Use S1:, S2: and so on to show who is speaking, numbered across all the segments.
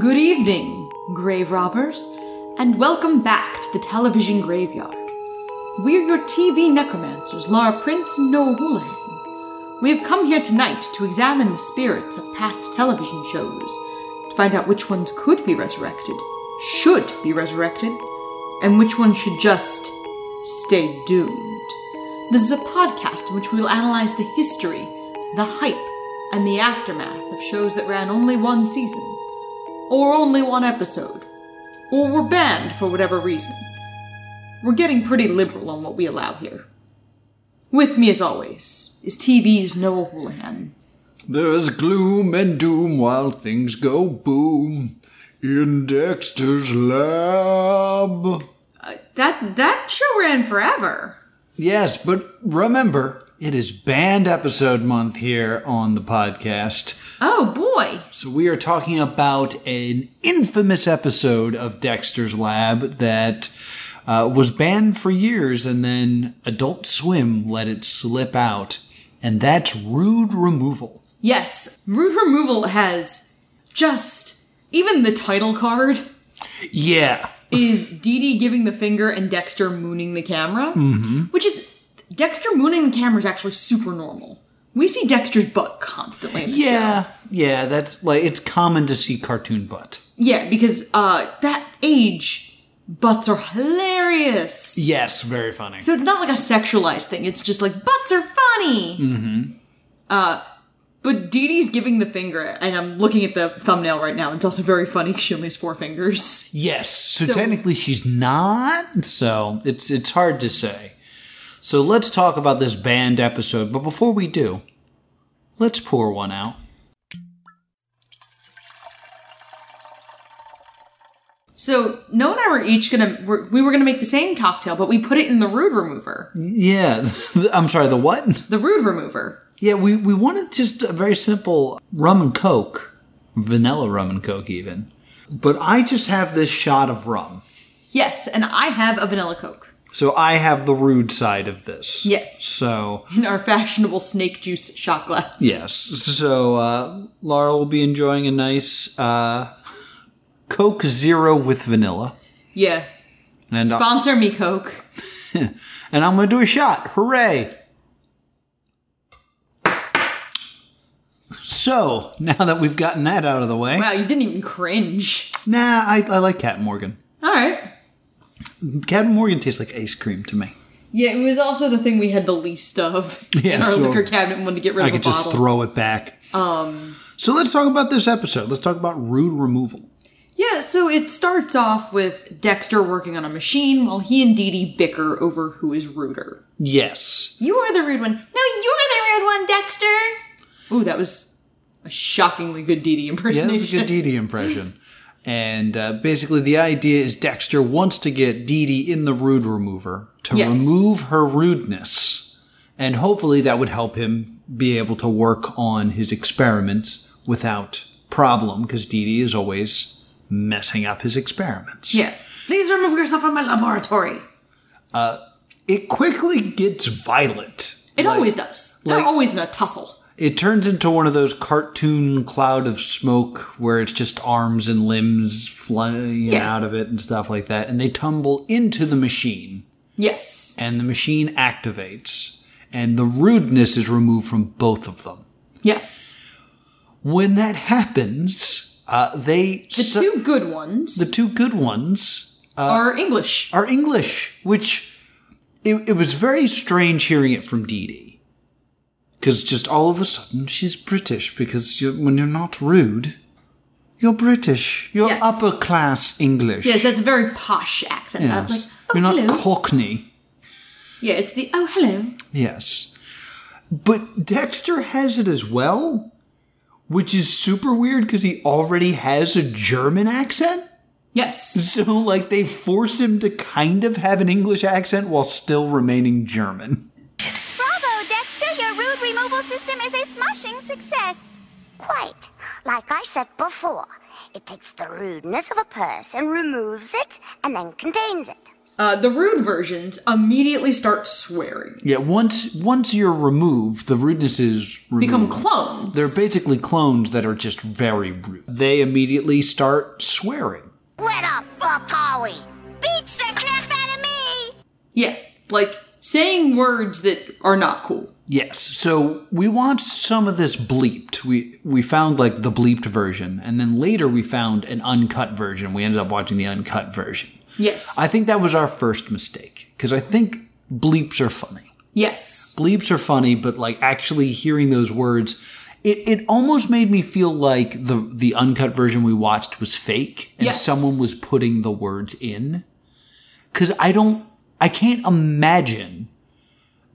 S1: Good evening, grave robbers, and welcome back to the television graveyard. We're your TV necromancers, Lara Prince and Noah Houlihan. We have come here tonight to examine the spirits of past television shows, to find out which ones could be resurrected, should be resurrected, and which ones should just stay doomed. This is a podcast in which we will analyze the history, the hype, and the aftermath of shows that ran only one season or only one episode, or we're banned for whatever reason. We're getting pretty liberal on what we allow here. With me, as always, is TV's Noah Houlihan.
S2: There's gloom and doom while things go boom in Dexter's lab.
S1: Uh, That that show ran forever.
S2: Yes, but remember, it is band episode month here on the podcast.
S1: Oh boy!
S2: So we are talking about an infamous episode of Dexter's Lab that uh, was banned for years, and then Adult Swim let it slip out, and that's rude removal.
S1: Yes, Rude Removal has just even the title card
S2: Yeah,
S1: is Dee Dee giving the finger and Dexter mooning the camera, mm-hmm. which is Dexter mooning the camera is actually super normal. We see Dexter's butt constantly. in the
S2: Yeah, yeah, that's like it's common to see cartoon butt.
S1: Yeah, because uh that age butts are hilarious.
S2: Yes, very funny.
S1: So it's not like a sexualized thing. It's just like butts are funny. Mm-hmm. Uh, but Dee Dee's giving the finger, and I'm looking at the thumbnail right now. It's also very funny 'cause she only has four fingers.
S2: yes, so,
S1: So-
S2: technically she's not, so it's it's hard to say. So let's talk about this band episode, but before we do, let's pour one out.
S1: So Noah and I were each gonna we're, we were gonna make the same cocktail, but we put it in the rude remover.
S2: Yeah, I'm sorry, the what?
S1: The rude remover.
S2: Yeah, we we wanted just a very simple rum and coke, vanilla rum and coke even. But I just have this shot of rum.
S1: Yes, and I have a vanilla coke
S2: So I have the rude side of this.
S1: Yes.
S2: So
S1: in our fashionable snake juice shot glass.
S2: Yes. So uh, Laura will be enjoying a nice uh, Coke Zero with vanilla,
S1: Yeah.
S2: and I-
S1: Sponsor me, Coke.
S2: and I'm gonna do a shot. Hooray! So now that we've gotten that out of the way,
S1: Wow, you didn't even cringe.
S2: nah, I, I like Captain Morgan.
S1: All right.
S2: Captain Morgan tastes like ice cream to me.
S1: Yeah, it was also the thing we had the least of in
S2: Yeah,
S1: our
S2: so
S1: liquor cabinet. and Wanted to get rid
S2: I
S1: of a
S2: could just
S1: bottle.
S2: throw it back. Um. So let's talk about this episode. Let's talk about rude removal.
S1: yeah, so it starts off with Dexter working on a machine while he and Dee Dee bicker over who is ruder.
S2: Yes.
S1: You are the rude one. No, you're the rude one, Dexter. Ooh, that was a shockingly good Dee Dee
S2: Yeah,
S1: impersonation.
S2: that was a good Dee Dee impression. And uh, basically, the idea is Dexter wants to get Dee Dee in the rude remover to
S1: Yes.
S2: remove her rudeness. And hopefully, that would help him be able to work on his experiments without problem, because Dee Dee is always messing up his experiments.
S1: yeah. Please remove yourself from my laboratory.
S2: It quickly gets violent.
S1: It always does. They're
S2: like-
S1: always in a tussle.
S2: It turns into one of those cartoon cloud of smoke where it's just arms and limbs flying
S1: Yeah.
S2: out of it and stuff like that. And they tumble into the machine,
S1: Yes.
S2: and the machine activates, and the rudeness is removed from both of them.
S1: Yes.
S2: When that happens, uh, they
S1: The
S2: su-
S1: two good ones
S2: the uh, two good ones
S1: are English.
S2: are English, which it, it was very strange hearing it from Dee Dee. Because just all of a sudden she's British, because you when you're not rude, you're British. You're
S1: Yes.
S2: upper class English.
S1: Yes, that's a very posh accent. Uh,
S2: Yes.
S1: Like, oh,
S2: you're not
S1: hello.
S2: Cockney.
S1: yeah, it's the oh hello.
S2: Yes. But Dexter has it as well, which is super weird because he already has a German accent.
S1: Yes.
S2: So, like, they force him to kind of have an English accent while still remaining German.
S3: Bravo, Dexter! Your rude removal system is a smashing success!
S4: Quite. Like I said before, it takes the rudeness of a person, removes it, and then contains it.
S1: Uh, the rude versions immediately start swearing,
S2: Yeah, once once you're removed, the rudeness is removed.
S1: become clones.
S2: Mm. They're basically clones that are just very rude. They immediately start swearing.
S4: Where the fuck are we?
S3: Beats the crap out of me!
S1: yeah, like saying words that are not cool.
S2: Yes. So we watched some of this bleeped. We we found like the bleeped version, and then later we found an uncut version. We ended up watching the uncut version.
S1: Yes.
S2: I think that was our first mistake because I think bleeps are funny.
S1: yes.
S2: Bleeps are funny, but like actually hearing those words, it, it almost made me feel like the the uncut version we watched was fake and
S1: Yes.
S2: someone was putting the words in. Cause I don't I can't imagine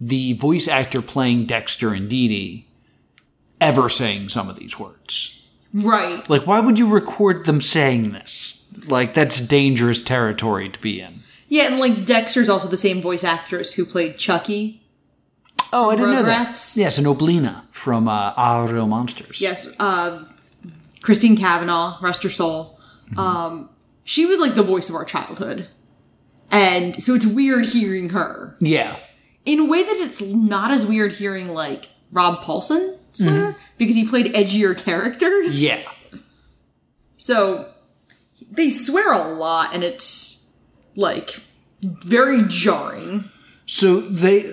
S2: the voice actor playing Dexter and Dee Dee ever saying some of these words.
S1: Right.
S2: Like why would you record them saying this? Like that's dangerous territory to be in.
S1: Yeah, and like Dexter's also the same voice actress who played Chucky.
S2: Oh, I didn't know that.
S1: Rugrats.
S2: Yes, and Oblina from uh, Our Real Monsters.
S1: Yes. Uh, Christine Cavanaugh, rest her soul. Um,
S2: Mm-hmm.
S1: she was like the voice of our childhood. And so it's weird hearing her.
S2: Yeah.
S1: In a way that it's not as weird hearing like Rob Paulson swear because he played edgier characters.
S2: Mm-hmm. Yeah.
S1: So they swear a lot and it's like very jarring.
S2: So they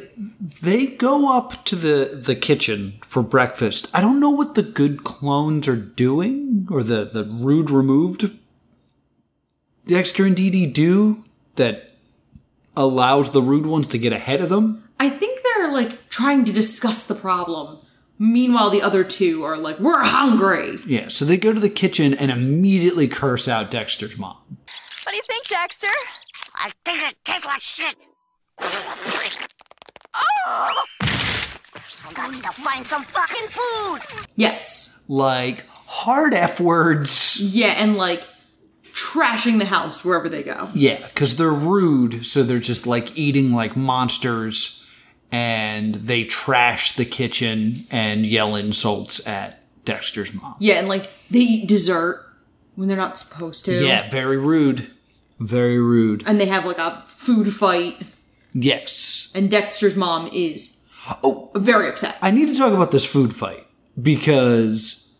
S2: they go up to the the kitchen for breakfast. I don't know what the good clones are doing or the the rude removed Dexter and Dee Dee do that allows the rude ones to get ahead of them.
S1: I think they're like trying to discuss the problem. Meanwhile, the other two are like, we're hungry.
S2: Yeah, so they go to the kitchen and immediately curse out Dexter's mom.
S3: What do you think, Dexter?
S4: I think it tastes like shit.
S3: Oh!
S4: I got to find some fucking food.
S1: Yes.
S2: Like hard F words.
S1: Yeah, and like trashing the house wherever they go.
S2: Yeah, because they're rude, so they're just like eating like monsters, and they trash the kitchen and yell insults at Dexter's mom.
S1: Yeah, and like they eat dessert when they're not supposed to.
S2: Yeah, very rude. Very rude.
S1: And they have like a food fight,
S2: Yes.
S1: and Dexter's mom is
S2: Oh.
S1: very upset.
S2: I need to talk about this food fight because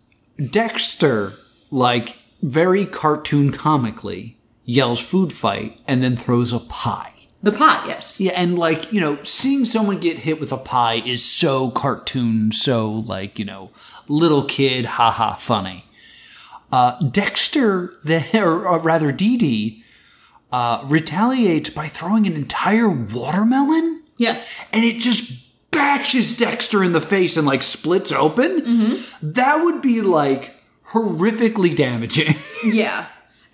S2: Dexter, like, very cartoon comically yells food fight and then throws a pie.
S1: the pot, yes.
S2: Yeah, and like, you know, seeing someone get hit with a pie is so cartoon, so like, you know, little kid, haha, funny. Uh, Dexter, the, or rather Dee Dee, uh, retaliates by throwing an entire watermelon
S1: Yes.
S2: and it just batches Dexter in the face and like splits open. That would be like horrifically damaging.
S1: Yeah.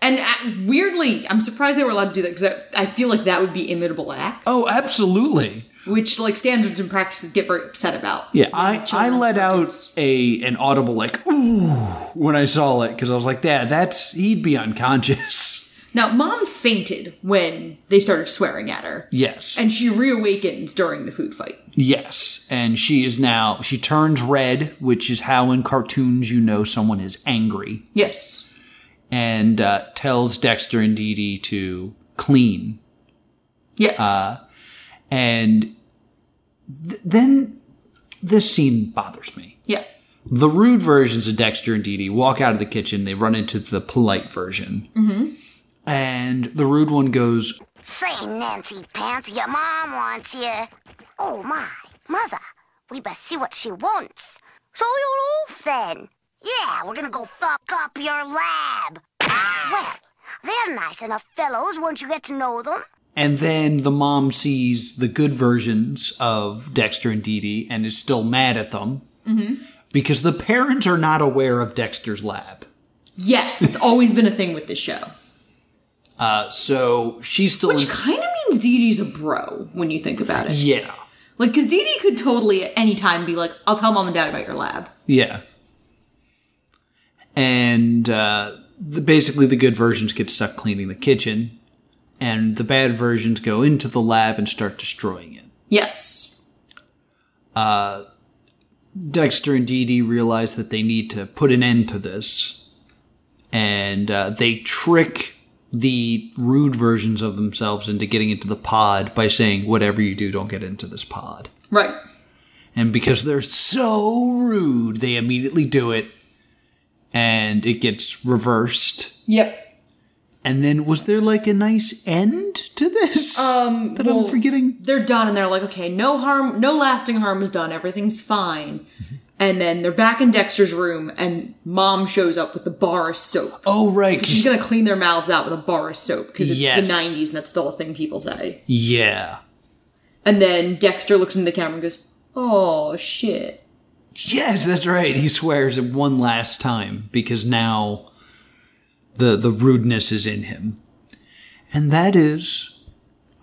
S1: And uh, weirdly, I'm surprised they were allowed to do that because I, I feel like that would be imitable acts.
S2: oh, absolutely.
S1: Which, like, standards and practices get very upset about.
S2: Yeah, I, I
S1: children's
S2: let out
S1: cartoons.
S2: a an audible like ooh when I saw it because I was like, yeah, that's he'd be unconscious.
S1: Now, mom fainted when they started swearing at her,
S2: yes,
S1: and she reawakens during the food fight.
S2: yes, and she is now she turns red, which is how in cartoons you know someone is angry,
S1: Yes.
S2: and uh, tells Dexter and Dee Dee to clean,
S1: Yes.
S2: Uh. and th- then this scene bothers me.
S1: yeah.
S2: the rude versions of Dexter and Dee Dee walk out of the kitchen. They run into the polite version. Mm-hmm. And the rude one goes,
S4: Say, Nancy Pants, your mom wants you. Oh, my. Mother, we best see what she wants. So you're off then. Yeah, we're gonna go fuck up your lab. Well, they're nice enough fellows once you get to know them.
S2: and then the mom sees the good versions of Dexter and Dee Dee and is still mad at them
S1: Mm-hmm.
S2: because the parents are not aware of Dexter's lab.
S1: Yes, it's always been a thing with this show.
S2: Uh, so she's still.
S1: Which
S2: in-
S1: kind of means Dee Dee's a bro when you think about it.
S2: yeah.
S1: Like, because Dee Dee could totally at any time be like, I'll tell mom and dad about your lab.
S2: Yeah. And uh, the, basically, the good versions get stuck cleaning the kitchen, and the bad versions go into the lab and start destroying it.
S1: Yes.
S2: Dexter and Dee Dee realize that they need to put an end to this, and uh, they trick the rude versions of themselves into getting into the pod by saying, whatever you do, don't get into this pod.
S1: Right.
S2: And because they're so rude, they immediately do it and it gets reversed.
S1: Yep.
S2: And then was there like a nice end to this um, that
S1: well-
S2: I'm forgetting?
S1: They're done and they're like, okay, no harm, no lasting harm is done. Everything's fine. And then they're back in Dexter's room and mom shows up with the bar of soap.
S2: Oh right, 'cause-
S1: She's going to clean their mouths out with a bar of soap because it's
S2: Yes.
S1: the 90s and that's still a thing people say.
S2: yeah,
S1: And then Dexter looks into the camera and goes, oh, shit.
S2: yes, that's right. He swears it one last time because now the the rudeness is in him, and that is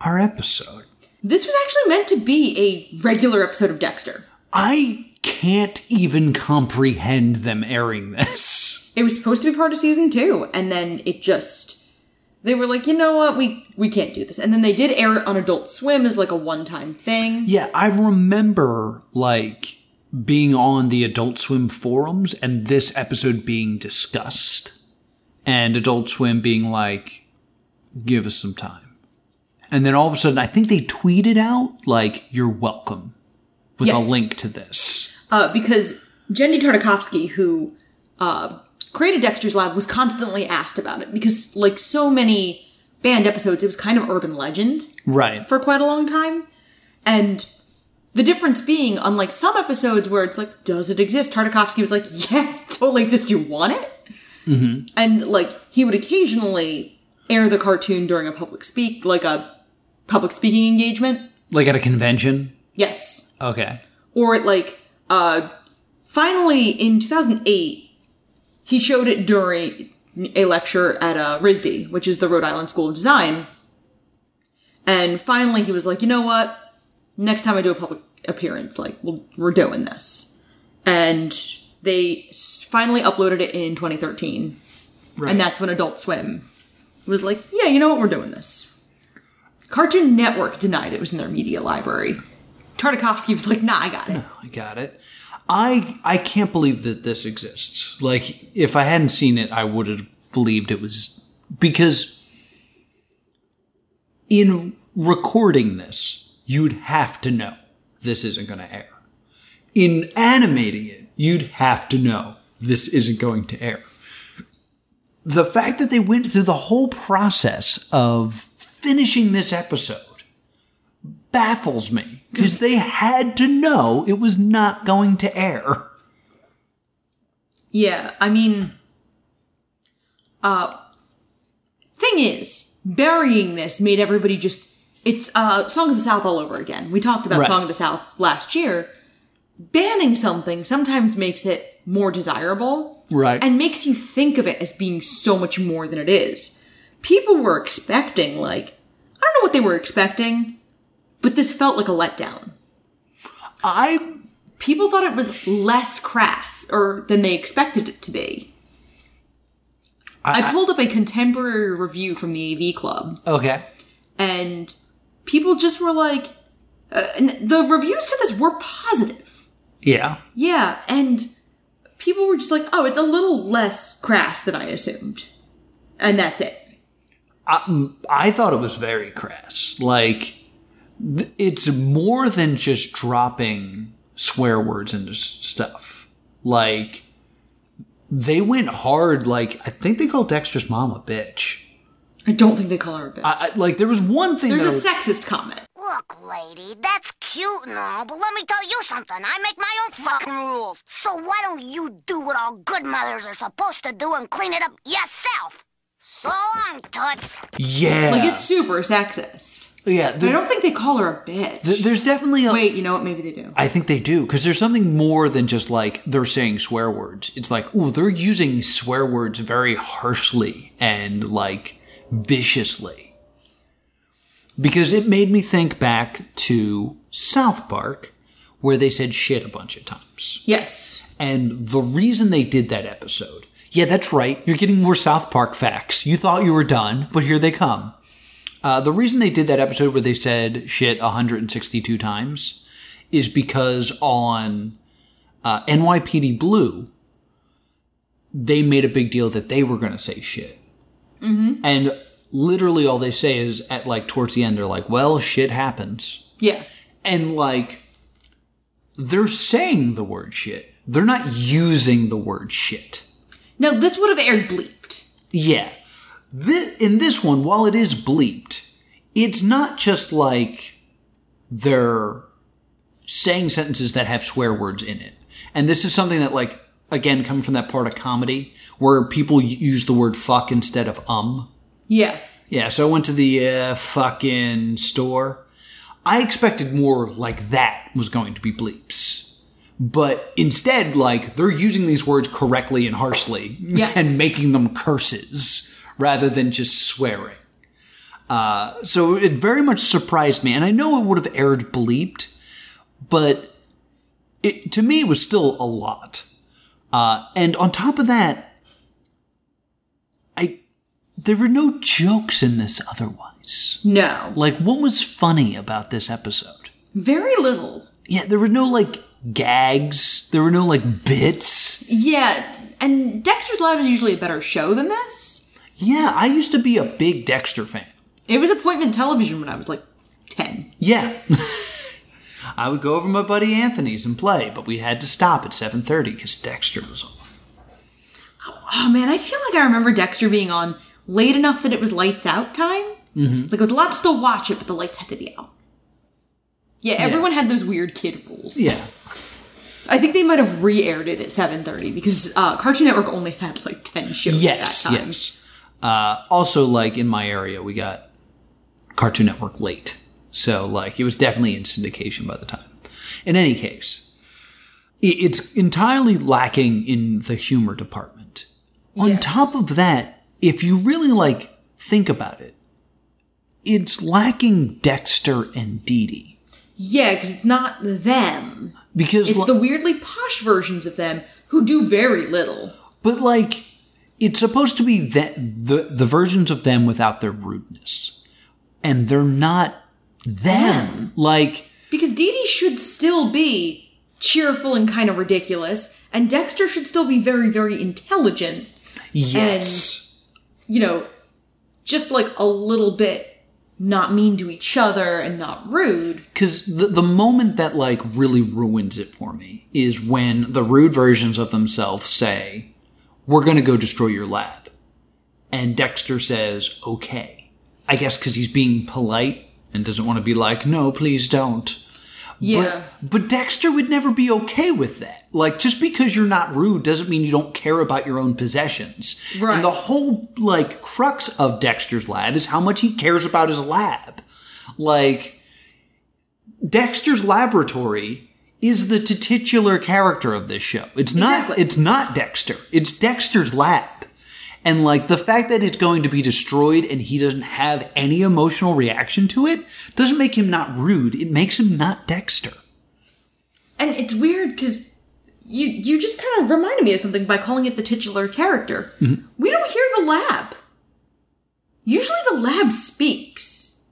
S2: our episode.
S1: This was actually meant to be a regular episode of Dexter.
S2: I can't even comprehend them airing this.
S1: It was supposed to be part of season two, and then it just they were like, you know what, we we can't do this. And then they did air it on Adult Swim as like a one time thing.
S2: Yeah, I remember like being on the Adult Swim forums and this episode being discussed, and Adult Swim being like, give us some time. And then all of a sudden, I think they tweeted out, like, you're welcome with
S1: Yes.
S2: a link to this.
S1: Uh, because Jendy Tartakovsky, who uh, created Dexter's Lab, was constantly asked about it because like so many band episodes, it was kind of urban legend.
S2: Right.
S1: for quite a long time. And the difference being, unlike some episodes where it's like, does it exist? Tartakovsky was like, yeah, it totally exists. You want it? Mm-hmm. And like, he would occasionally air the cartoon during a public speak, like a public speaking engagement.
S2: like at a convention.
S1: Yes
S2: Okay.
S1: or it like uh finally in 2008 he showed it during a lecture at uh RISD which is the Rhode Island School of Design and finally he was like you know what next time I do a public appearance like we'll, we're doing this and they s- finally uploaded it in 2013
S2: Right.
S1: and that's when Adult Swim was like yeah you know what we're doing this Cartoon Network denied it was in their media library Tartakovsky was like, nah, I got it.
S2: I got it. I I can't believe that this exists. Like if I hadn't seen it, I would have believed it was because in recording this, you'd have to know this isn't going to air. In animating it, you'd have to know this isn't going to air. The fact that they went through the whole process of finishing this episode baffles me
S1: Mm.
S2: because they had to know it was not going to air.
S1: Yeah, I mean, uh, thing is, burying this made everybody just. It's uh, Song of the South all over again. We talked about
S2: Right.
S1: Song of the South last year. Banning something sometimes makes it more desirable.
S2: Right.
S1: And makes you think of it as being so much more than it is. People were expecting, like, I don't know what they were expecting, but this felt like a letdown.
S2: I
S1: people thought it was less crass or than they expected it to be. I, pulled up a contemporary review from the AV Club,
S2: okay.
S1: and people just were like, uh, and the reviews to this were positive.
S2: Yeah.
S1: Yeah, and people were just like, oh, it's a little less crass than I assumed. And that's it.
S2: I, mm, I thought it was very crass. Like th- it's more than just dropping swear words into s- stuff. Like they went hard. Like I think they called Dexter's mom a bitch.
S1: I don't think they call her a bitch.
S2: I, I, like there was one thing.
S1: There's
S2: that I
S1: a
S2: was-
S1: sexist comment.
S4: Look, lady, that's cute and all, but let me tell you something. I make my own fucking rules. So why don't you do what all good mothers are supposed to do and clean it up yourself? So long, Toots.
S2: yeah.
S1: Like, it's super sexist.
S2: yeah.
S1: But I
S2: there-
S1: don't think they call her a bitch.
S2: there- there's definitely a
S1: Wait, you know what? Maybe they do.
S2: I think they do because there's something more than just like they're saying swear words. It's like, ooh, they're using swear words very harshly and like viciously. Because it made me think back to South Park where they said shit a bunch of times.
S1: yes.
S2: And the reason they did that episode, yeah, that's right. You're getting more South Park facts. You thought you were done, but here they come. Uh, the reason they did that episode where they said shit 162 times is because on uh, NYPD Blue, they made a big deal that they were going to say shit. And literally all they say is at like towards the end they're like, "Well, shit happens,"
S1: Yeah.
S2: and like they're saying the word shit. They're not using the word shit.
S1: Now, this would have aired bleeped.
S2: Yeah. Thi- in this one, while it is bleeped, it's not just like they're saying sentences that have swear words in it. And this is something that, like, again, coming from that part of comedy where people y- use the word fuck instead of um.
S1: Yeah.
S2: Yeah, so I went to the uh, fucking store. I expected more like that was going to be bleeps. But instead, like, they're using these words correctly and harshly
S1: Yes.
S2: and making them curses rather than just swearing. Uh, so it very much surprised me. And I know it would have aired bleeped, but it to me it was still a lot. Uh, and on top of that, I there were no jokes in this otherwise.
S1: No.
S2: Like, what was funny about this episode?
S1: Very little.
S2: Yeah, there were no like gags. There were no like bits.
S1: Yeah. And Dexter's Lab is usually a better show than this.
S2: Yeah, I used to be a big Dexter fan.
S1: It was appointment television when I was like 10.
S2: Yeah. I would go over to my buddy Anthony's and play, but we had to stop at 7:30 cuz Dexter was on.
S1: Oh man, I feel like I remember Dexter being on late enough that it was lights out time.
S2: Mm-hmm.
S1: Like it was allowed to still watch it, but the lights had to be out. Yeah, everyone had those weird kid rules.
S2: Yeah.
S1: I think they might have re-aired it at seven thirty because uh, Cartoon Network only had like ten shows.
S2: Yes,
S1: at that time.
S2: yes. Uh, also, like in my area, we got Cartoon Network late, so like it was definitely in syndication by the time. In any case, i- it's entirely lacking in the humor department. On
S1: Yes.
S2: top of that, if you really like think about it, it's lacking Dexter and Dee Dee
S1: yeah, because it's not them;
S2: because
S1: it's
S2: li-
S1: the weirdly posh versions of them who do very little.
S2: But like, it's supposed to be the, the the versions of them without their rudeness, and they're not them. Like,
S1: Because Dee Dee should still be cheerful and kind of ridiculous, and Dexter should still be very, very intelligent
S2: yes,
S1: you know, just like a little bit not mean to each other and not rude.
S2: because the the moment that like really ruins it for me is when the rude versions of themselves say, "We're gonna go destroy your lab," and Dexter says, "Okay." I guess because he's being polite and doesn't want to be like, "No, please don't."
S1: Yeah.
S2: But, but Dexter would never be okay with that. Like, just because you're not rude doesn't mean you don't care about your own possessions.
S1: Right.
S2: And the whole, like, crux of Dexter's lab is how much he cares about his lab. Like, Dexter's laboratory is the titular character of this show. It's not
S1: Exactly.
S2: it's not Dexter. It's Dexter's lab. And like the fact that it's going to be destroyed and he doesn't have any emotional reaction to it doesn't make him not rude. It makes him not Dexter.
S1: and it's weird because you you just kind of reminded me of something by calling it the titular character. We don't hear the lab. Usually the lab speaks.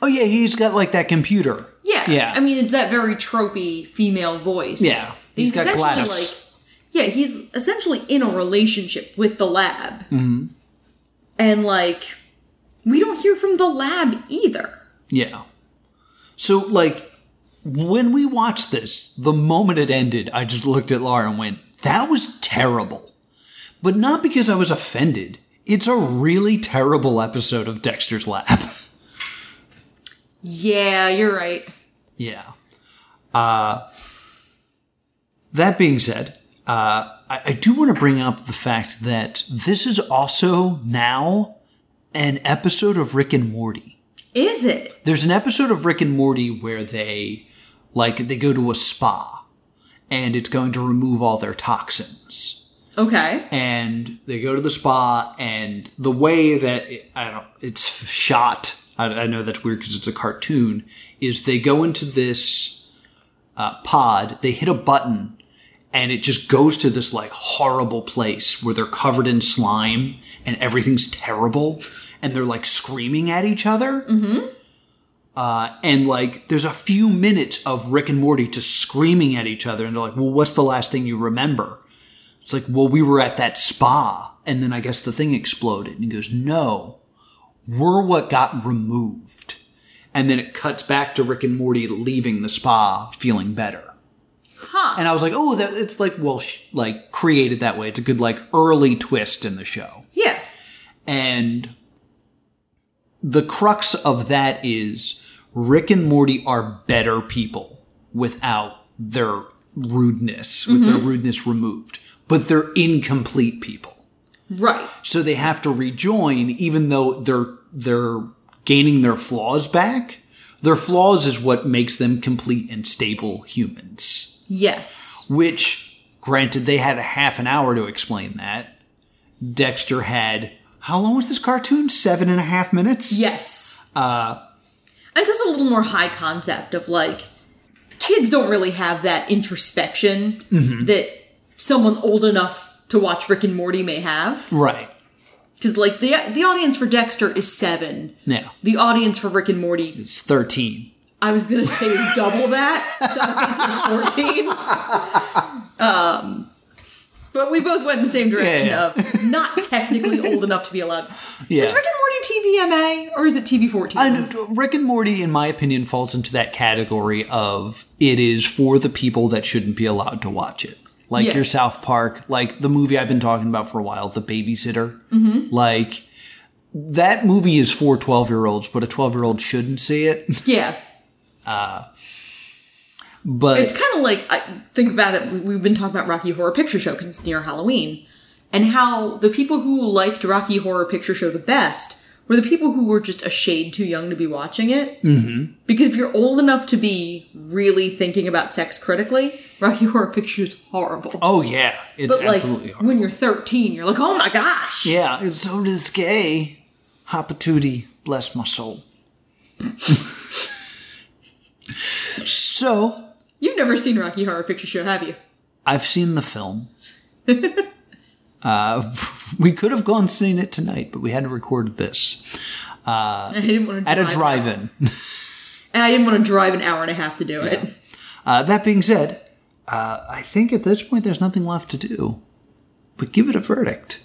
S2: Oh yeah, he's got like that computer.
S1: Yeah.
S2: Yeah.
S1: I mean, it's that very tropey female voice.
S2: Yeah. He's got
S1: essentially,
S2: Gladys.
S1: Like, yeah, he's essentially in a relationship with the lab.
S2: Mm-hmm.
S1: And like, we don't hear from the lab either.
S2: Yeah. So like when we watched this, the moment it ended, I just looked at Laura and went, "That was terrible." But not because I was offended. It's a really terrible episode of Dexter's Lab.
S1: Yeah, you're right.
S2: yeah. Uh that being said, uh, I, I do want to bring up the fact that this is also now an episode of Rick and Morty.
S1: Is it?
S2: there's an episode of Rick and Morty where they like they go to a spa and it's going to remove all their toxins.
S1: Okay.
S2: And they go to the spa and the way that it, I don't it's shot. I, I know that's weird because it's a cartoon. Is they go into this uh, pod, they hit a button, and it just goes to this like horrible place where they're covered in slime and everything's terrible, and they're like screaming at each other Uh, and like there's a few minutes of Rick and Morty just screaming at each other and they're like, "Well, what's the last thing you remember?" It's like, "Well, we were at that spa." And then I guess the thing exploded and he goes, "No. were what got removed. And then it cuts back to Rick and Morty leaving the spa feeling better.
S1: Huh.
S2: And I was like, oh, that, it's like, well, sh- like created that way. It's a good, like, early twist in the show.
S1: yeah.
S2: And the crux of that is Rick and Morty are better people without their rudeness, with their rudeness removed. But they're incomplete people.
S1: Right.
S2: So they have to rejoin, even though they're they're gaining their flaws back. Their flaws is what makes them complete and stable humans.
S1: Yes.
S2: Which, granted, they had a half an hour to explain that. Dexter had how long was this cartoon? Seven and a half minutes.
S1: Yes. Uh and just a little more high concept of like kids don't really have that introspection
S2: Mm-hmm.
S1: that someone old enough to watch Rick and Morty may have.
S2: Right.
S1: Because like the the audience for Dexter is seven.
S2: Yeah.
S1: The audience for Rick and Morty,
S2: It's thirteen.
S1: I was gonna say, is double that. So I was gonna say fourteen. Um, but we both went in the same direction
S2: Yeah, yeah.
S1: of not technically old enough to be allowed.
S2: Yeah.
S1: Is Rick and Morty TVMA or is it TV fourteen?
S2: And Rick and Morty, in my opinion, falls into that category of it is for the people that shouldn't be allowed to watch it. Like
S1: Yeah.
S2: your South Park, like the movie I've been talking about for a while, The Babysitter.
S1: Mm-hmm.
S2: Like that movie is for 12 year olds, but a 12 year old shouldn't see it.
S1: Yeah.
S2: But
S1: It's kind of like I think about it. we- We've been talking about Rocky Horror Picture Show because it's near Halloween, and how the people who liked Rocky Horror Picture Show the best were the people who were just a shade too young to be watching it. Mm-hmm. Because if you're old enough to be really thinking about sex critically, Rocky Horror Picture Show is horrible.
S2: oh, yeah, it's
S1: but like
S2: absolutely hard.
S1: when you're 13, you're like, oh my gosh.
S2: Yeah, it's so risque. Hopatootie, bless my soul. so
S1: You've never seen Rocky Horror Picture Show, have you?
S2: I've seen the film. uh, we could have gone and seen it tonight, but we had to record this
S1: I didn't want to
S2: Uh, at a drive-in.
S1: And I didn't want to drive an hour and a half to do it.
S2: Uh, that being said, uh, I think at this point there's nothing left to do but give it a verdict.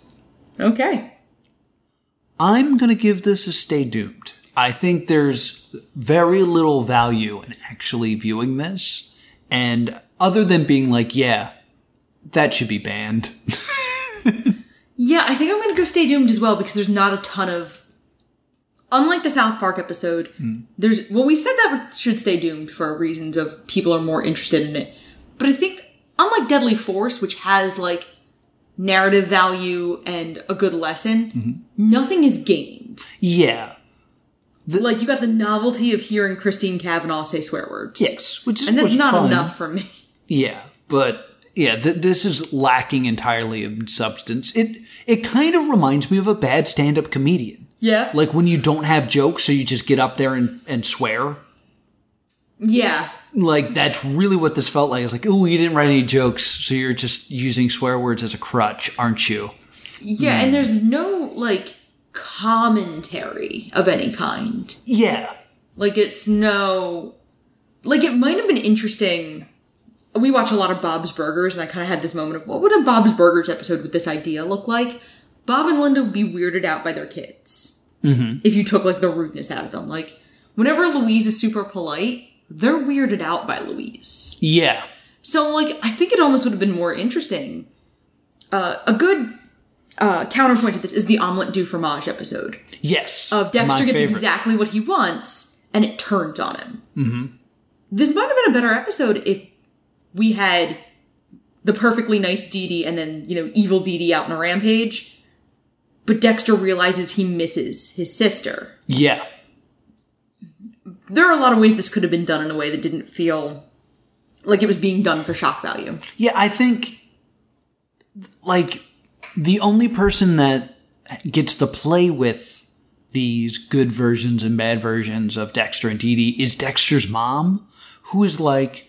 S1: Okay.
S2: I'm going to give this a stay doomed. I think there's very little value in actually viewing this, and other than being like, yeah, that should be banned.
S1: Yeah, I think I'm going to go Stay Doomed as well because there's not a ton of. Unlike the South Park episode,
S2: Hmm.
S1: there's. Well, we said that we should Stay Doomed for reasons of people are more interested in it. But I think, unlike Deadly Force, which has like narrative value and a good lesson,
S2: Mm-hmm.
S1: nothing is gained.
S2: yeah.
S1: Like, you got the novelty of hearing Christine Cavanaugh say swear words.
S2: Yes, which is
S1: And that's
S2: was
S1: not
S2: fun.
S1: enough for me.
S2: Yeah, but yeah, th- this is lacking entirely in substance. It it kind of reminds me of a bad stand-up comedian.
S1: Yeah.
S2: Like when you don't have jokes, so you just get up there and, and swear.
S1: yeah.
S2: Like that's really what this felt like. It's like, oh, you didn't write any jokes, so you're just using swear words as a crutch, aren't you?
S1: Yeah,
S2: Hmm.
S1: and there's no like commentary of any kind.
S2: Yeah.
S1: Like it's no like it might have been interesting. We watch a lot of Bob's Burgers and I kind of had this moment of what would a Bob's Burgers episode with this idea look like? Bob and Linda would be weirded out by their kids. Mm-hmm. If you took like the rudeness out of them. Like whenever Louise is super polite, they're weirded out by Louise.
S2: Yeah.
S1: So, like, I think it almost would have been more interesting. Uh, a good uh, counterpoint to this is the omelet du fromage episode
S2: Yes.
S1: of Dexter
S2: My
S1: gets
S2: favorite.
S1: exactly what he wants, and it turns on him. Mm-hmm. This might have been a better episode if we had the perfectly nice Dee Dee and then you know evil Dee Dee out in a rampage. But Dexter realizes he misses his sister.
S2: Yeah.
S1: There are a lot of ways this could have been done in a way that didn't feel like it was being done for shock value.
S2: Yeah, I think like the only person that gets to play with these good versions and bad versions of Dexter and Dee Dee is Dexter's mom, who is like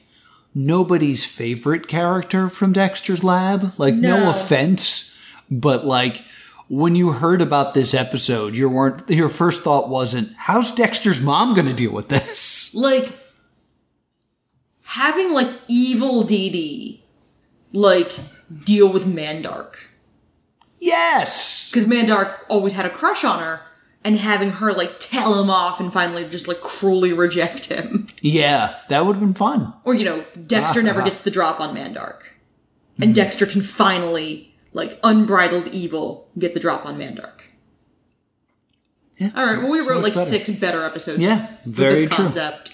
S2: nobody's favorite character from Dexter's Lab. Like, no,
S1: No.
S2: offense, but like when you heard about this episode, your weren't your first thought wasn't how's Dexter's mom going to deal with this?
S1: like having like evil DD like deal with Mandark
S2: Yes.
S1: because Mandark always had a crush on her, and having her like tell him off and finally just like cruelly reject him.
S2: Yeah, that would have been fun.
S1: Or, you know, Dexter never gets the drop on Mandark.
S2: Mm-hmm.
S1: And Dexter can finally, like, unbridled evil, get the drop on Mandark.
S2: Yeah.
S1: All right, well, we
S2: So
S1: wrote
S2: much
S1: like
S2: better.
S1: six better episodes.
S2: Yeah,
S1: with
S2: very
S1: this
S2: true.
S1: concept.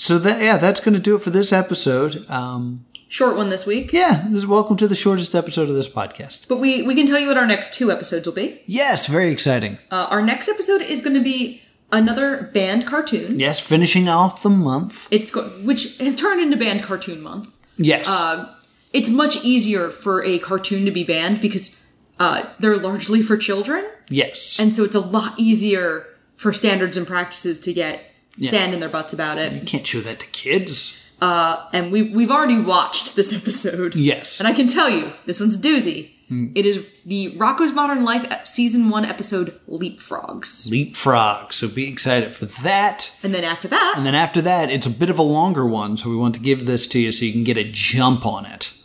S2: So that yeah, that's going to do it for this episode. Um,
S1: Short one this week.
S2: yeah, this, welcome to the shortest episode of this podcast.
S1: But we, we can tell you what our next two episodes will be.
S2: Yes, very exciting.
S1: Uh, our next episode is going to be another band cartoon.
S2: yes, finishing off the month.
S1: It's go- which has turned into band cartoon month.
S2: Yes,
S1: uh, It's much easier for a cartoon to be banned because uh, they're largely for children,
S2: yes,
S1: and so it's a lot easier for standards and practices to get sand in their butts about it.
S2: can't show that to kids.
S1: And we we've already watched this episode.
S2: Yes,
S1: And I can tell you, this one's a doozy. It is the Rocco's Modern Life e- season one episode Leapfrogs.
S2: leapfrog. So be excited for that.
S1: And then after that,
S2: And then after that, it's a bit of a longer one, so we want to give this to you so you can get a jump on it.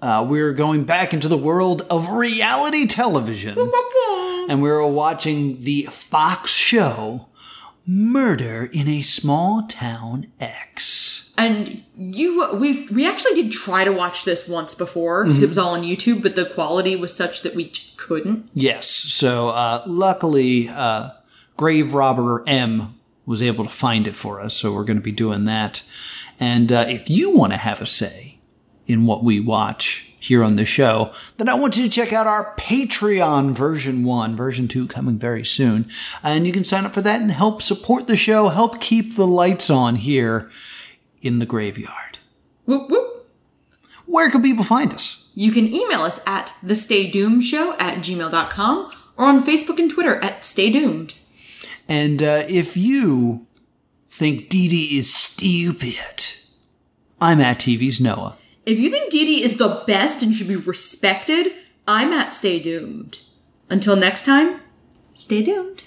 S2: Uh, we're going back into the world of reality television. and we were watching the Fox show Murder in a Small Town X.
S1: And you, we, we actually did try to watch this once before because it was all on YouTube, but the quality was such that we just couldn't.
S2: Yes, so uh, luckily, uh, Grave Robber M was able to find it for us, so we're going to be doing that. And uh, if you want to have a say in what we watch here on the show, then I want you to check out our Patreon version one, version two coming very soon. And you can sign up for that and help support the show, help keep the lights on here in the graveyard.
S1: Whoop whoop.
S2: Where can people find us?
S1: You can email us at the Stay Doomed Show at gmail.com or on Facebook and Twitter at Stay Doomed.
S2: And uh, if you think Dee Dee is stupid, I'm at TV's Noah.
S1: If you think Dee Dee is the best and should be respected, I'm at Stay Doomed. Until next time, stay doomed.